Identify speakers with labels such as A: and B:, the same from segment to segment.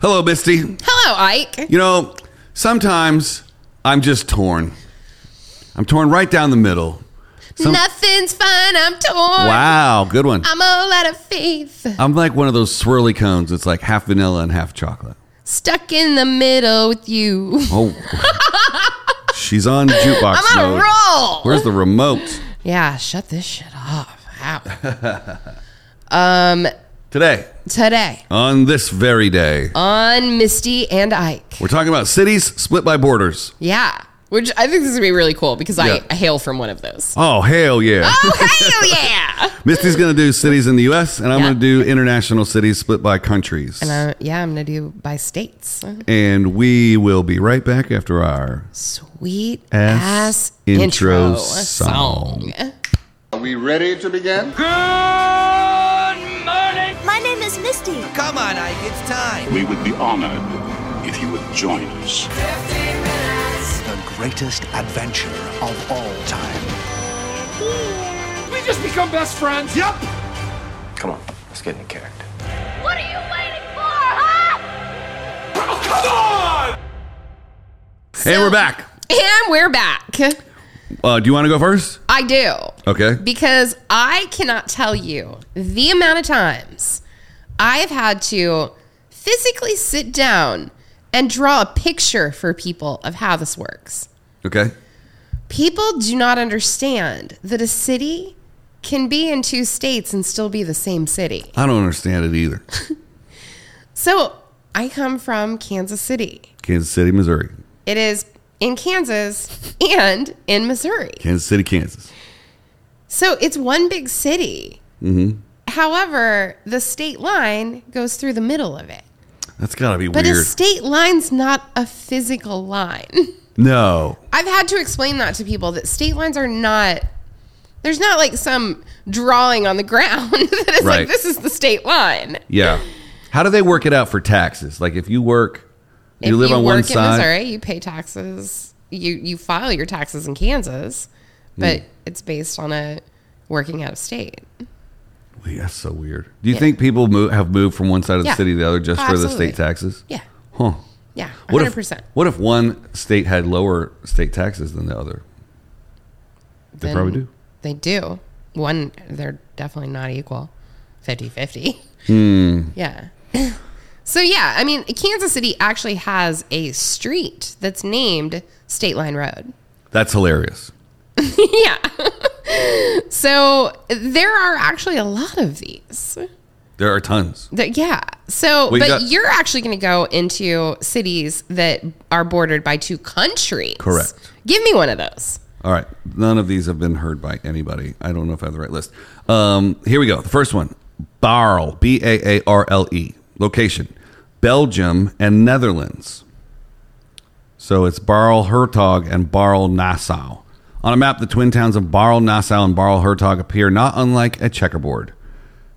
A: Hello, Misty.
B: Hello, Ike.
A: You know, sometimes I'm just torn. I'm torn right down the middle. Some-
B: Nothing's fine. I'm torn.
A: wow, good one.
B: I'm all out of faith.
A: I'm like one of those swirly cones. It's like half vanilla and half chocolate.
B: Stuck in the middle with you.
A: Oh, she's on jukebox
B: I'm on
A: mode.
B: a roll.
A: Where's the remote
B: yeah, shut this shit off. Ow.
A: today?
B: Today
A: On this very day,
B: on Misty and Ike.
A: we're talking about cities split by borders.
B: Yeah. Which I think this would be really cool because
A: Yeah.
B: I, I hail from one of those.
A: Oh hell yeah!
B: Oh, hell yeah.
A: Misty's gonna do cities in the U.S. and I'm
B: Yeah.
A: gonna do international cities split by countries. And,
B: Uh, yeah, I'm going to do by states.
A: we will be right back after our
B: Sweet
A: Ass
B: ass,
A: intro
B: intro
A: song.
B: song.
C: Are we ready to begin?
D: My name is Misty.
E: Come on, Ike, it's time.
F: We would be honored if you would join us.
E: The greatest adventure of all time.
G: We just become best friends. Yep.
H: Come on, let's get into character.
D: What are you waiting for, huh?
A: and we're back.
B: And we're back.
A: Uh, do you want to go first?
B: I do.
A: Okay.
B: because I cannot tell you the amount of times I've had to physically sit down and draw a picture for people of how this works.
A: Okay.
B: People do not understand that a city can be in two states and still be the same city.
A: I don't understand it either.
B: So I come from Kansas City.
A: Kansas City, Missouri.
B: It is in Kansas and in Missouri.
A: Kansas City, Kansas.
B: So it's one big city. However, the state line goes through the middle of it.
A: That's got to be
B: But a
A: weird.
B: state line's not a physical line.
A: no.
B: I've had to explain that to people that state lines are not. There's not like some drawing on the ground that is
A: Right.
B: like this is the state line.
A: Yeah. How do they work it out for taxes? Like if you work, you
B: if
A: live
B: you
A: on
B: work
A: one
B: in
A: side.
B: Missouri, you pay taxes. You you file your taxes in Kansas,
A: Hmm.
B: but it's based on a working out of state.
A: Wait, that's so weird. Do you think people move, have moved from one side of the
B: Yeah.
A: city to the other just
B: Oh,
A: for the
B: absolutely.
A: state taxes?
B: Yeah,
A: Huh.
B: yeah,
A: What
B: hundred
A: if,
B: percent.
A: what if one state had lower state taxes than the other? They probably do.
B: They do. One, they're definitely not equal 50 50.
A: Hmm.
B: Yeah. So, yeah, I mean, Kansas City actually has a street that's named State Line Road.
A: That's hilarious.
B: yeah. so, there are actually a lot of these.
A: There are tons.
B: That- yeah. So,
A: We
B: but
A: got-
B: you're actually going to go into cities that are bordered by two countries.
A: Correct.
B: Give me one of those.
A: All right. None of these have been heard by anybody. I don't know if I have the right list. Um, here we go. The first one Barl, B A A R L E. Location Belgium and Netherlands. So it's Barl Hertog and Barl Nassau. On a map, the twin towns of Barl Nassau and Barl Hertog appear not unlike a checkerboard,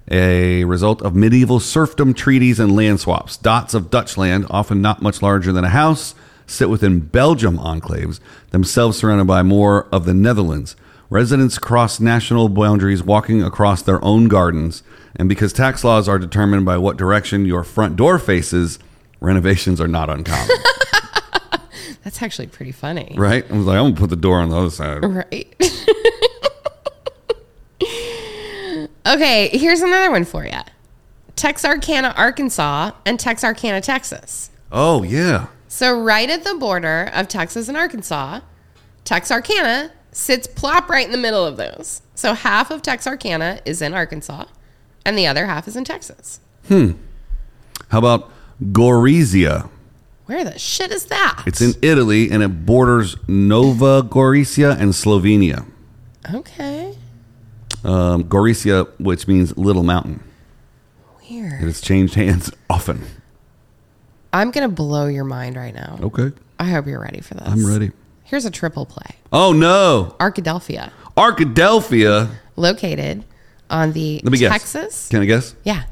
A: a result of medieval serfdom treaties and land swaps. Dots of Dutch land, often not much larger than a house, sit within Belgium enclaves, themselves surrounded by more of the Netherlands. Residents cross national boundaries walking across their own gardens, and because tax laws are determined by what direction your front door faces, renovations are not uncommon.
B: That's actually pretty funny.
A: right? I was like, I'm gonna put the door on the other side.
B: Right. okay, here's another one for you Texarkana, Arkansas, and Texarkana, Texas.
A: Oh yeah,
B: So, right at the border of Texas and Arkansas, Texarkana sits plop right in the middle of those. So, half of Texarkana is in Arkansas, and the other half is in Texas.
A: how about Gorizia?
B: Where the shit is that?
A: It's in Italy and it borders Nova Gorizia and Slovenia.
B: Okay.
A: Um, Gorizia, which means little mountain, it
B: Weird.
A: has changed hands often.
B: I'm going to blow your mind right now.
A: Okay,
B: I hope you're ready for this.
A: I'm ready.
B: Here's a triple play
A: Oh no,
B: Arkadelphia.
A: Arkadelphia.
B: located on the
A: Let me guess.
B: Texas.
A: Can I guess?
B: Yeah,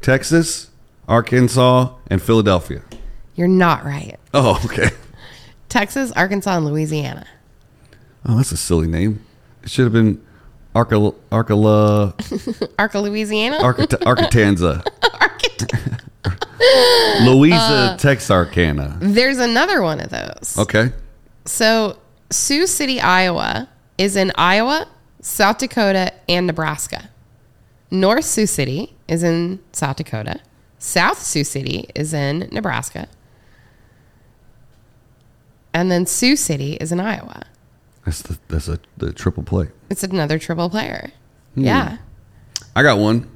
A: Texas, Arkansas, and Philadelphia.
B: you're not right.
A: Oh okay.
B: Texas, Arkansas, and Louisiana.
A: Oh, that's a silly name. It should have been Arca Arcala
B: Arca, Louisiana.
A: Arcata- Arcatanza.
B: Arca-
A: Louisa Texarkana.
B: There's another one of those.
A: Okay.
B: So, Sioux City, Iowa is in Iowa, South Dakota, and Nebraska. North Sioux City is in South Dakota. South Sioux City is in Nebraska. And then Sioux City is in Iowa.
A: That's the that's a the triple play.
B: It's another triple player.
A: Hmm.
B: Yeah.
A: I got one.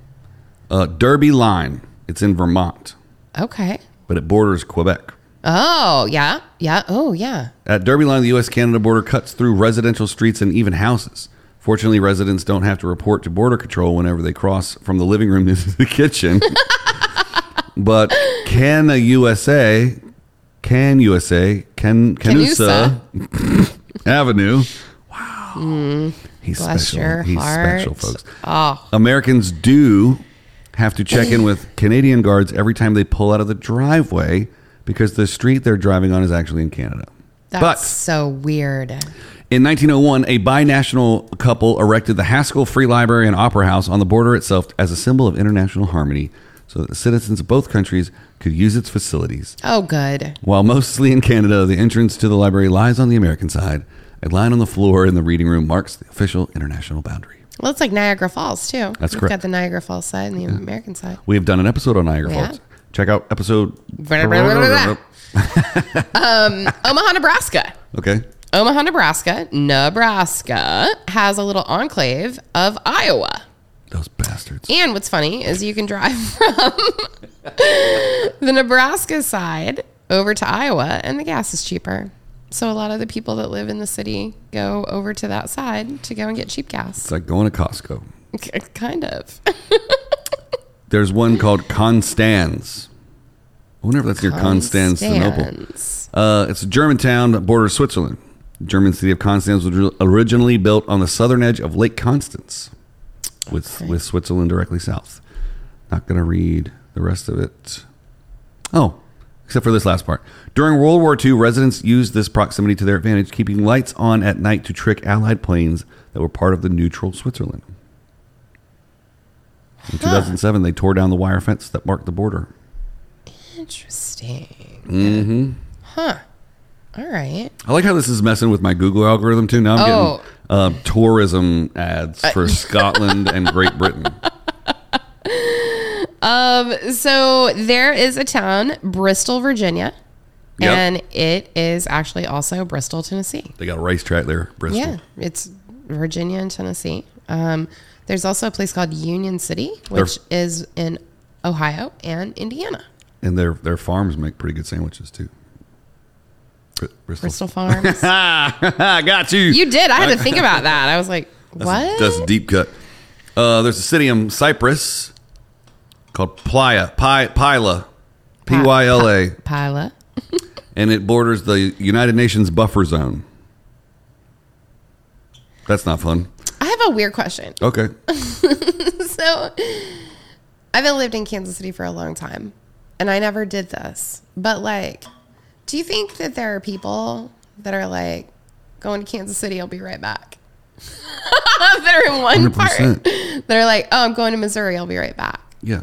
A: Uh, Derby Line. It's in Vermont,
B: Okay.
A: but it borders Quebec.
B: Oh, yeah. Yeah. Oh, yeah.
A: At Derby Line, the U.S. Canada border cuts through residential streets and even houses. Fortunately, residents don't have to report to border control whenever they cross from the living room to the kitchen. but can a USA, can USA, can Canusa Avenue? Wow, he's
B: Mm. Bless
A: special.
B: your
A: he's
B: heart.
A: special, folks.
B: Oh.
A: Americans do have to check in with Canadian guards every time they pull out of the driveway because the street they're driving on is actually in Canada.
B: That's so weird.
A: In 1901, a binational couple erected the Haskell Free Library and Opera House on the border itself as a symbol of international harmony so that the citizens of both countries could use its facilities.
B: Oh, good.
A: While mostly in Canada, the entrance to the library lies on the American side. A line on the floor in the reading room marks the official international boundary.
B: Well, it's like Niagara Falls, too.
A: That's
B: We've
A: correct.
B: got the Niagara Falls side and the American side.
A: We have done an episode on Niagara
B: Yeah.
A: Falls. Check out episode.
B: Blah, blah, blah, blah, Omaha, Nebraska.
A: Okay.
B: Omaha, Nebraska, Nebraska has a little enclave of Iowa.
A: Those bastards.
B: And what's funny is you can drive from the Nebraska side over to Iowa, and the gas is cheaper. So a lot of the people that live in the city go over to that side to go and get cheap
A: It's
B: gas.
A: like going to Costco.
B: K- kind of.
A: There's one called Constans. I wonder if that's near Constantinople.
B: Stands.
A: Uh, it's a German town that borders Switzerland. The German city of Constance was ri- originally built on the southern edge of Lake Constance, with with Switzerland directly south. Not going to read the rest of it. Oh, except for this last part. During World War II, residents used this proximity to their advantage, keeping lights on at night to trick Allied planes that were part of the neutral Switzerland. In 2007, they tore down the wire fence that marked the border.
B: Interesting.
A: Mm-hmm.
B: Huh. All right.
A: I like how this is messing with my Google algorithm too. Now I'm
B: Oh. Uh,
A: getting uh, tourism ads for Scotland and Great Britain.
B: So there is a town, Bristol, Virginia,
A: Yep.
B: and it is actually also Bristol, Tennessee.
A: They got a racetrack there, Bristol.
B: Yeah, it's Virginia and Tennessee. Um, there's also a place called Union City, which is in Ohio and Indiana.
A: And their their farms make pretty good sandwiches too. Br- Bristol.
B: Bristol Farms.
A: I got you.
B: you did. I had to think about that. I was like, what?
A: That's a deep cut. Uh, there's a city in Cyprus called Playa, Pi, Pila, P Y L A,
B: Pila.
A: and it borders the United Nations buffer zone. That's not fun.
B: I have a weird question.
A: Okay.
B: So I've been lived in Kansas City for a long time and I never did this. But like, do you think that there are people that are like going to Kansas City, I'll be right back? that are in one part.
A: 100%.
B: That are like, oh, I'm going to Missouri, I'll be right back.
A: Yeah.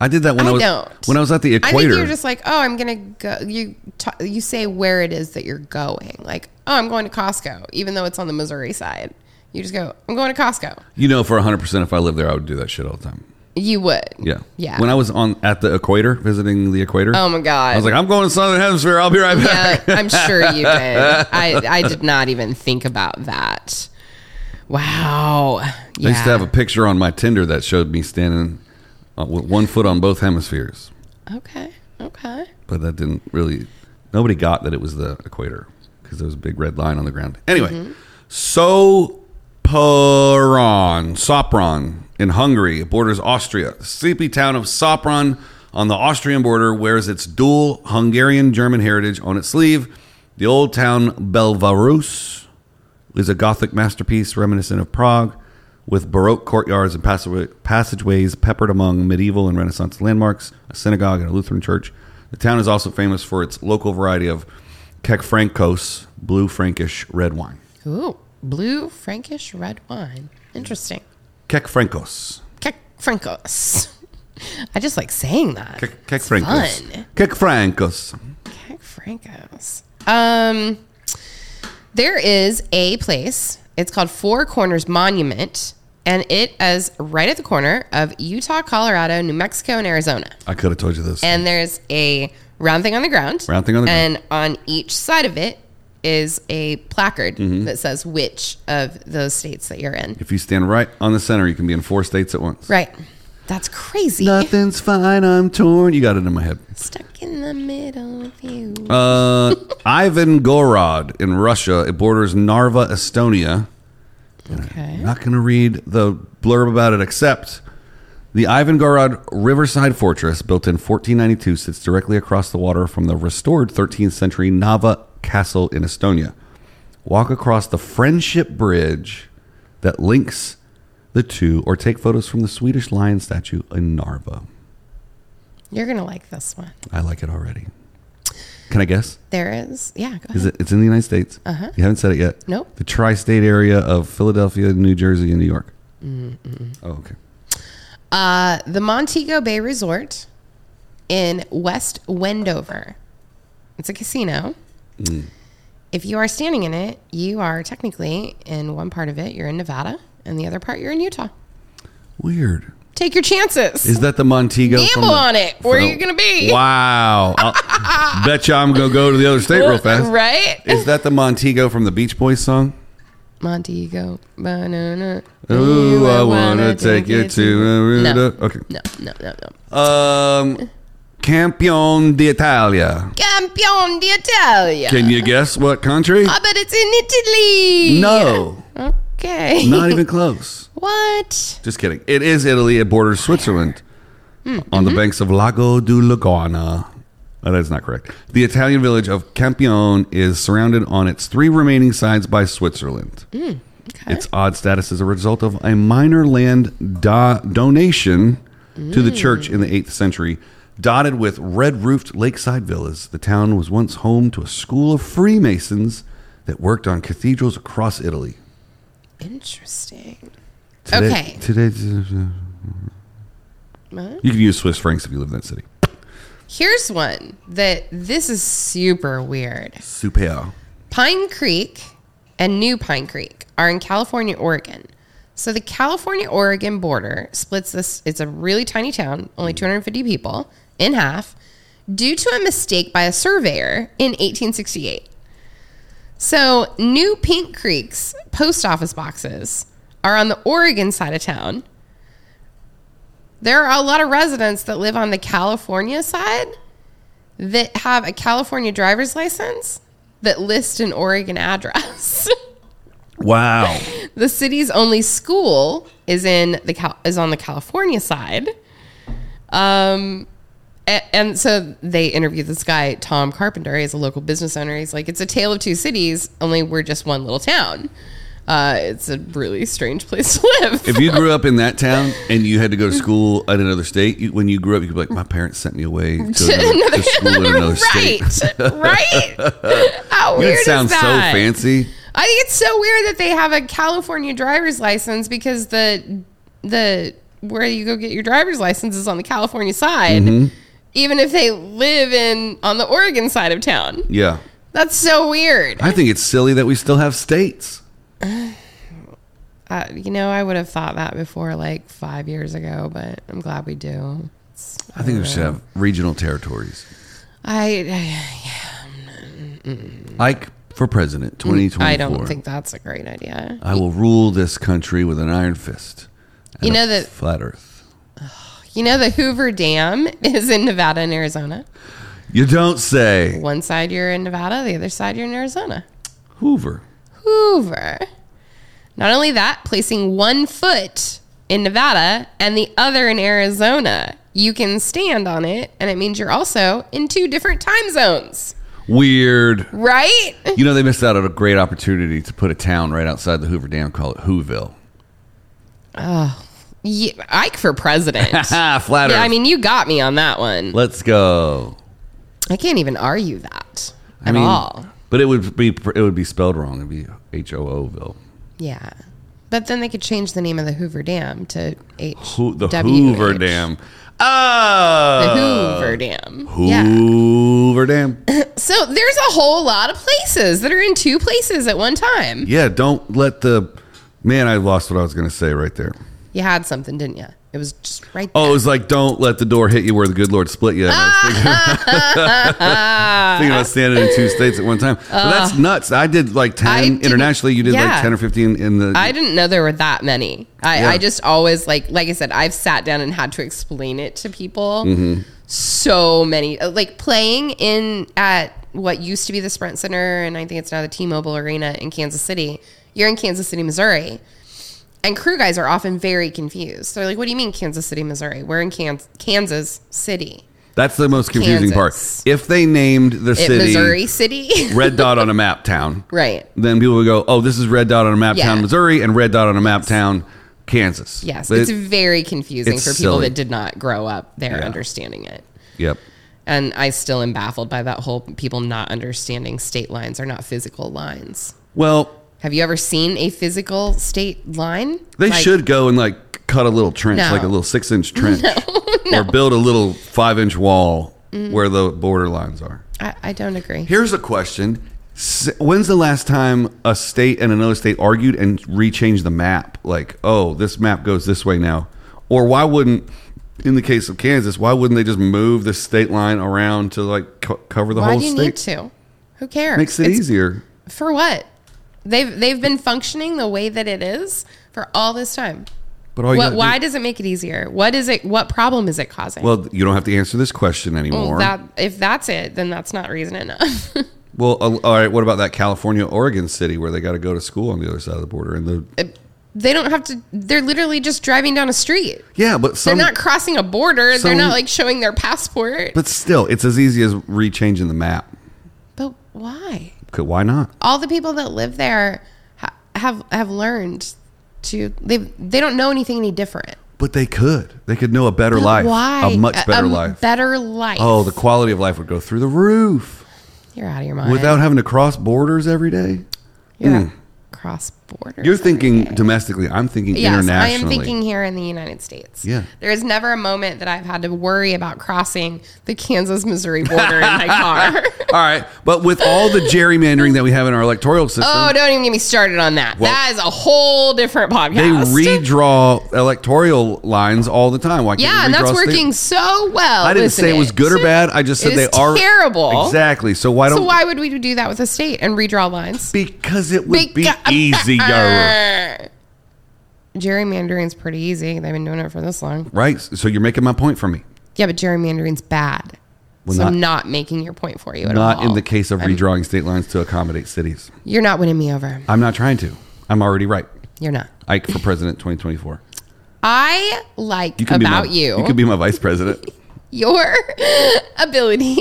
A: I did that when I,
B: I
A: was
B: don't.
A: when I was at the
B: I think
A: equator.
B: you're just like, oh, I'm gonna go. You t- you say where it is that you're going. Like, oh, I'm going to Costco, even though it's on the Missouri side. You just go, I'm going to Costco.
A: you know, for 100% if I lived there, I would do that shit all the time.
B: You would.
A: Yeah.
B: Yeah.
A: When I was on at the equator, visiting the equator.
B: oh my god.
A: I was like, I'm going to Southern Hemisphere. I'll be right back.
B: Yeah, I'm sure you did. I, I did not even think about that. Wow. Yeah.
A: I used to have a picture on my Tinder that showed me standing uh, with one foot on both hemispheres,
B: okay. Okay.
A: but that didn't really. Nobody got that it was the equator because there was a big red line on the ground. Anyway, so Sopron, Sopron in Hungary it borders Austria. The sleepy town of Sopron on the Austrian border wears its dual Hungarian-German heritage on its sleeve. The old town Belvarus is a Gothic masterpiece reminiscent of Prague, with Baroque courtyards and passageway, passageways peppered among medieval and Renaissance landmarks, a synagogue, and a Lutheran church. The town is also famous for its local variety of Kekfrankos, blue Frankish red wine.
B: Ooh, blue Frankish red wine. Interesting.
A: Kekfrankos.
B: Kek Frankos. I just like saying that.
A: Kek Kek Francos.
B: fun.
A: Kek Francos.
B: Jack Franco's. Um, there is a place. It's called Four Corners Monument, and it is right at the corner of Utah, Colorado, New Mexico, and Arizona.
A: I could have told you this.
B: And there's a round thing on the ground.
A: Round thing on the ground.
B: And on each side of it is a placard
A: Mm-hmm.
B: that says which of those states that you're in.
A: if you stand right on the center, you can be in four states at once.
B: Right. That's crazy.
A: Nothing's fine. I'm torn. You got it in my head.
B: Stuck in the middle of you.
A: Uh, Ivan Gorod in Russia. It borders Narva, Estonia.
B: okay.
A: I'm not going to read the blurb about it, except the Ivan Gorod Riverside Fortress, built in 1492, sits directly across the water from the restored 13th century Nava Castle in Estonia. Walk across the Friendship Bridge that links the two, or take photos from the Swedish lion statue in Narva.
B: You're going to like this one.
A: I like it already. Can I guess?
B: There is. Yeah. Go ahead.
A: Is it? It's in the United States. Uh-huh. You haven't said it yet.
B: Nope.
A: The tri-state area of Philadelphia, New Jersey, and New York. Oh, okay.
B: Uh, the Montego Bay Resort in West Wendover. It's a casino.
A: Mm.
B: If you are standing in it, you are technically in one part of it, you're in Nevada, and the other part, you're in Utah.
A: Weird.
B: Take your chances.
A: Is that the Montego?
B: Gamble
A: from the-
B: on it. Where you gonna be?
A: Wow. I'll- bet you I'm gonna go to the other state real fast.
B: Right?
A: Is that the Montego from the Beach Boys song?
B: Montego. Banana.
A: Ooh, I wanna take you to
B: No.
A: Okay.
B: No, no, no, no.
A: Um, Campione d'Italia.
B: Campione d'Italia.
A: Can you guess what country?
B: Uh, I bet Ah, it's in Italy.
A: No,
B: Okay.
A: not even close.
B: what?
A: Just kidding. It is Italy. It borders Switzerland on the banks of Lago di Lugano. Oh, that is not correct. The Italian village of Campione is surrounded on its three remaining sides by Switzerland. Its odd status is a result of a minor land do- donation to the church in the 8th century. Dotted with red roofed lakeside villas, the town was once home to a school of Freemasons that worked on cathedrals across Italy.
B: Interesting.
A: Today-
B: Okay.
A: Today, you can use Swiss francs if you live in that city.
B: Here's one that this is super weird.
A: Super.
B: Pine Creek and New Pine Creek are in California, Oregon. So the California Oregon border splits this, it's a really tiny town, only 250 people, in half due to a mistake by a surveyor in 1868. So New Pink Creek's post office boxes are on the Oregon side of town. There are a lot of residents that live on the California side that have a California driver's license that list an Oregon address.
A: Wow.
B: the city's only school is in the Cal- is on the California side. Um a- and so they interviewed this guy Tom Carpenter. He's a local business owner. He's like, "It's a tale of two cities. Only we're just one little town. Uh, it's a really strange place to live."
A: if you grew up in that town and you had to go to school at another state, you, when you grew up, you'd be like, my parents sent me away to, another, to school in another state.
B: right, right. How
A: You
B: weird
A: didn't sound
B: is
A: so
B: that?
A: fancy.
B: I think it's so weird that they have a California driver's license because the the where you go get your driver's license is on the California side, even if they live in on the Oregon side of town.
A: Yeah.
B: That's so weird.
A: I think it's silly that we still have states.
B: Uh, you know, I would have thought that before like five years ago, but I'm glad we do.
A: I think we should have regional territories.
B: I
A: Ike for president, 2024.
B: Mm, I don't think that's a great idea.
A: I will rule this country with an iron fist. and
B: You
A: a
B: know that-
A: flat Earth.
B: You know, the Hoover Dam is in Nevada and Arizona.
A: You don't say
B: One side you're in Nevada, the other side you're in Arizona.
A: Hoover.
B: Hoover. Not only that, placing one foot in Nevada and the other in Arizona, you can stand on it, and it means you're also in two different time zones,
A: Weird.
B: right?
A: You know, they missed out on a great opportunity to put a town right outside the Hoover Dam, call it Whoville.
B: Ye- Ike for president.
A: Ah, flat
B: Yeah, I
A: Earth.
B: mean, you got me on that one.
A: let's go.
B: I can't even argue that at
A: I mean,
B: all.
A: But it would be it would be spelled wrong. It'd be H O O Ville.
B: Yeah. But then they could change the name of the Hoover Dam to H.
A: Who, the
B: W
A: Hoover
B: H.
A: Dam.
B: The
A: Oh,
B: Hoover Dam. Yeah.
A: Hoover Dam.
B: So there's a whole lot of places that are in two places at one time.
A: Yeah, don't let the man. I lost what I was going to say right there.
B: You had something, didn't you? It was just right there.
A: Oh, it was like don't let the door hit you where the good Lord split you. And I was thinking, thinking about standing in two states at one time. But that's nuts. I did like
B: Uh, I
A: ten
B: didn't-
A: internationally. You did like
B: yeah.
A: ten or fifteen in the.
B: I didn't know there were that many. I,
A: Yeah.
B: I just always like, like I said, I've sat down and had to explain it to people.
A: Mm-hmm.
B: So many, Uh, like playing in at what used to be the Sprint Center, and I think it's now the T-Mobile Arena in Kansas City. You're in Kansas City, Missouri, and crew guys are often very confused. They're like, "What do you mean Kansas City, Missouri? We're in Kansas, Kansas City,
A: That's the most confusing
B: Kansas.
A: part. If they named the
B: It-
A: city
B: Missouri City,
A: Red Dot on a Map Town,
B: right?"
A: then people would go, "Oh, this is Red Dot on a Map
B: Yeah.
A: Town, Missouri, and Red Dot on a Map Town, Kansas."
B: Yes,
A: But-
B: it's very confusing
A: it's
B: for people
A: silly.
B: that did not grow up there
A: Yeah.
B: understanding it.
A: yep.
B: And I still am baffled by that whole people not understanding state lines are not physical lines.
A: Well,
B: Have you ever seen a physical state line?
A: they
B: Like,
A: should go and like cut a little trench,
B: No.
A: like a little six-inch trench, or build a little five-inch wall
B: Mm.
A: where the border lines are.
B: I, I don't agree.
A: Here's a question: S- When's the last time a state and another state argued and rechanged the map? Like, oh, this map goes this way now, or why wouldn't? In the case of Kansas, why wouldn't they just move the state line around to like co- cover the
B: Why
A: whole
B: do you
A: state?
B: need to? Who cares?
A: Makes it
B: It's-
A: easier.
B: For what? They've they've been functioning the way that it is for all this time.
A: But all you
B: what,
A: gotta
B: why
A: do-
B: does it make it easier? What is it? What problem is it causing?
A: Well, you don't have to answer this question anymore. Well,
B: Well, that if that's it, then that's not reason enough.
A: uh, all right. What about that California Oregon city where they got to go to school on the other side of the border? And the
B: they don't have to. They're literally just driving down a street.
A: yeah, but some
B: they're not crossing a border.
A: some-
B: they're not like showing their passport. But,
A: but still, it's as easy as rechanging the map.
B: why?
A: Okay, why not?
B: All the people that live there ha- have have learned to they they don't know anything any different.
A: But they could. They could know a better
B: But
A: life.
B: Why? um,
A: A much better
B: m-
A: life.
B: Better life.
A: oh, the quality of life would go through the roof
B: you're out of your mind.
A: without having to cross borders every day.
B: you're
A: Mm.
B: cross border.
A: You're thinking domestically. I'm thinking
B: Yes, I
A: internationally.
B: am thinking here in the United States.
A: Yeah.
B: There is never a moment that I've had to worry about crossing the Kansas Missouri border in my car.
A: All right, but with all the gerrymandering that we have in our electoral system,
B: oh, don't even get me started on that.
A: Well,
B: that is a whole different
A: they
B: podcast.
A: redraw electoral lines all the time. Why can't
B: Yeah,
A: we
B: and that's
A: redraw state-
B: working so well.
A: I didn't
B: isn't
A: say it was good or bad. I just said
B: It
A: they
B: is
A: are
B: terrible.
A: Exactly. So why don't
B: So why would we do that with a state and redraw lines?
A: because it would
B: Beca-
A: be easier.
B: Gerrymandering's pretty easy. They've been doing it for this long.
A: Right. So you're making my point for me.
B: Yeah, but gerrymandering's bad.
A: Well,
B: so
A: not-
B: I'm not making your point for you at all.
A: Not in the case of redrawing state lines to accommodate cities.
B: You're not winning me over.
A: I'm not trying to. I'm already right.
B: You're not.
A: Ike for president 2024.
B: I like
A: You can
B: about
A: be my,
B: you,
A: You could be my vice president.
B: your ability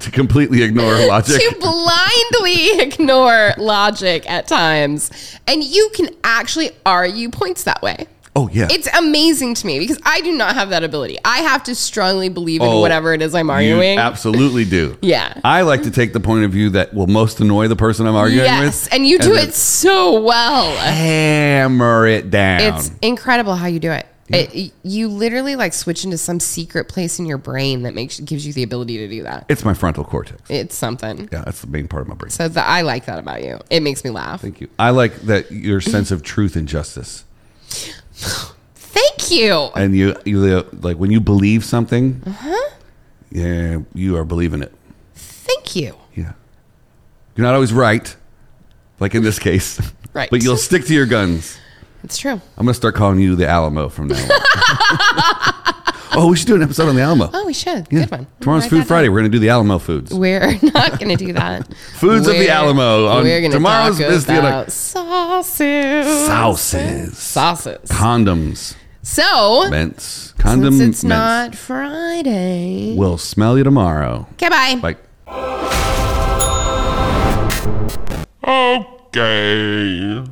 A: to completely ignore logic.
B: to blindly ignore logic at times. And you can actually argue points that way.
A: oh yeah.
B: It's amazing to me because I do not have that ability. I have to strongly believe in
A: Oh,
B: whatever it is I'm
A: you
B: arguing.
A: absolutely do.
B: Yeah.
A: I like to take the point of view that will most annoy the person I'm arguing
B: yes,
A: with.
B: and you do
A: then
B: it so well.
A: Hammer it down.
B: It's incredible how you do it. It, you literally like switch into some secret place in your brain that makes gives you the ability to do that.
A: It's my frontal cortex.
B: It's something.
A: Yeah, that's the main part of my brain.
B: So the, I like that about you. It makes me laugh.
A: Thank you. I like that your sense of truth and justice.
B: Thank you.
A: And you, you like when you believe something, uh-huh. yeah, you are believing it.
B: Thank you.
A: Yeah. You're not always right, like in this case.
B: Right.
A: But you'll stick to your guns.
B: It's true.
A: I'm going to start calling you the Alamo from now on. oh, we should do an episode on the Alamo.
B: Oh, we should.
A: Yeah.
B: Good one.
A: Tomorrow's
B: Write
A: Food
B: that
A: Friday.
B: down.
A: We're going to do the Alamo foods.
B: We're not going to do that.
A: Foods of the
B: We're-
A: Alamo on
B: we're gonna
A: tomorrow's
B: talk
A: Misty and I-
B: about sauces.
A: Sauces.
B: Sauces.
A: Condoms.
B: So,
A: Mints.
B: since
A: Condom
B: it's
A: mints.
B: not Friday.
A: We'll smell you tomorrow.
B: Okay, bye.
A: Like.
F: Okay.